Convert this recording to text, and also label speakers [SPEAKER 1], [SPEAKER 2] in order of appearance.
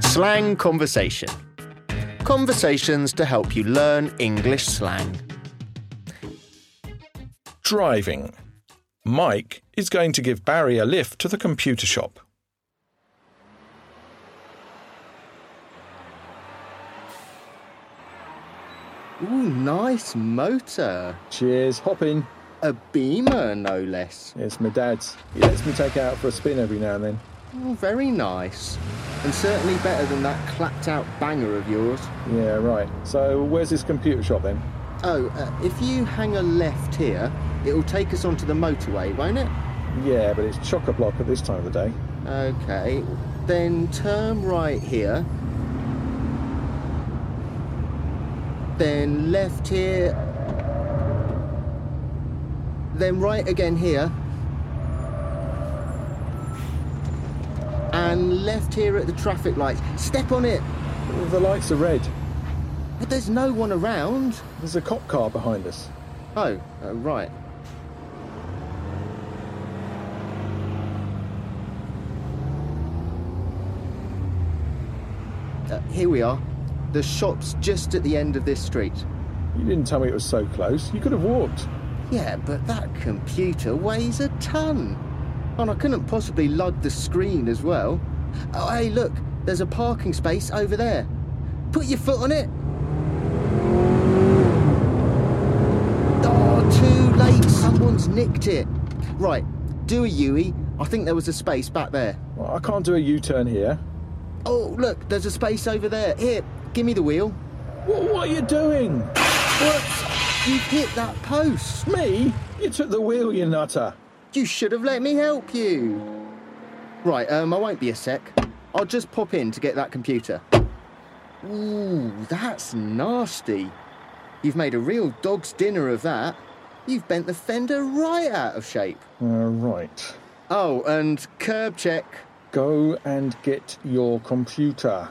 [SPEAKER 1] Slang Conversation Conversations to help you learn English slang.
[SPEAKER 2] Driving. Mike is going to give Barry a lift to the computer shop.
[SPEAKER 1] Ooh, nice motor.
[SPEAKER 3] Cheers, hop in.
[SPEAKER 1] A beamer, no less.
[SPEAKER 3] It's my dad's. He lets me take it out for a spin every now and then.
[SPEAKER 1] Oh, very nice. And certainly better than that clapped out banger of yours.
[SPEAKER 3] Yeah, right. So, where's this computer shop then?
[SPEAKER 1] Oh, uh, if you hang a left here, it'll take us onto the motorway, won't it?
[SPEAKER 3] Yeah, but it's chock a block at this time of the day.
[SPEAKER 1] Okay. Then turn right here. Then left here. Then right again here. And left here at the traffic lights. Step on it.
[SPEAKER 3] The lights are red.
[SPEAKER 1] But there's no one around.
[SPEAKER 3] There's a cop car behind us.
[SPEAKER 1] Oh, uh, right. Uh, here we are. The shop's just at the end of this street.
[SPEAKER 3] You didn't tell me it was so close. You could have walked.
[SPEAKER 1] Yeah, but that computer weighs a ton. And I couldn't possibly lug the screen as well. Oh, hey, look, there's a parking space over there. Put your foot on it. Oh, too late. Someone's nicked it. Right, do a Yui. I think there was a space back there.
[SPEAKER 3] Well, I can't do a U turn here.
[SPEAKER 1] Oh, look, there's a space over there. Here, give me the wheel.
[SPEAKER 3] What, what are you doing?
[SPEAKER 1] Whoops, you've hit that post.
[SPEAKER 3] Me? You took the wheel, you nutter.
[SPEAKER 1] You should have let me help you. Right, um, I won't be a sec. I'll just pop in to get that computer. Ooh, that's nasty. You've made a real dog's dinner of that. You've bent the fender right out of shape.
[SPEAKER 3] Uh, right.
[SPEAKER 1] Oh, and curb check.
[SPEAKER 3] Go and get your computer.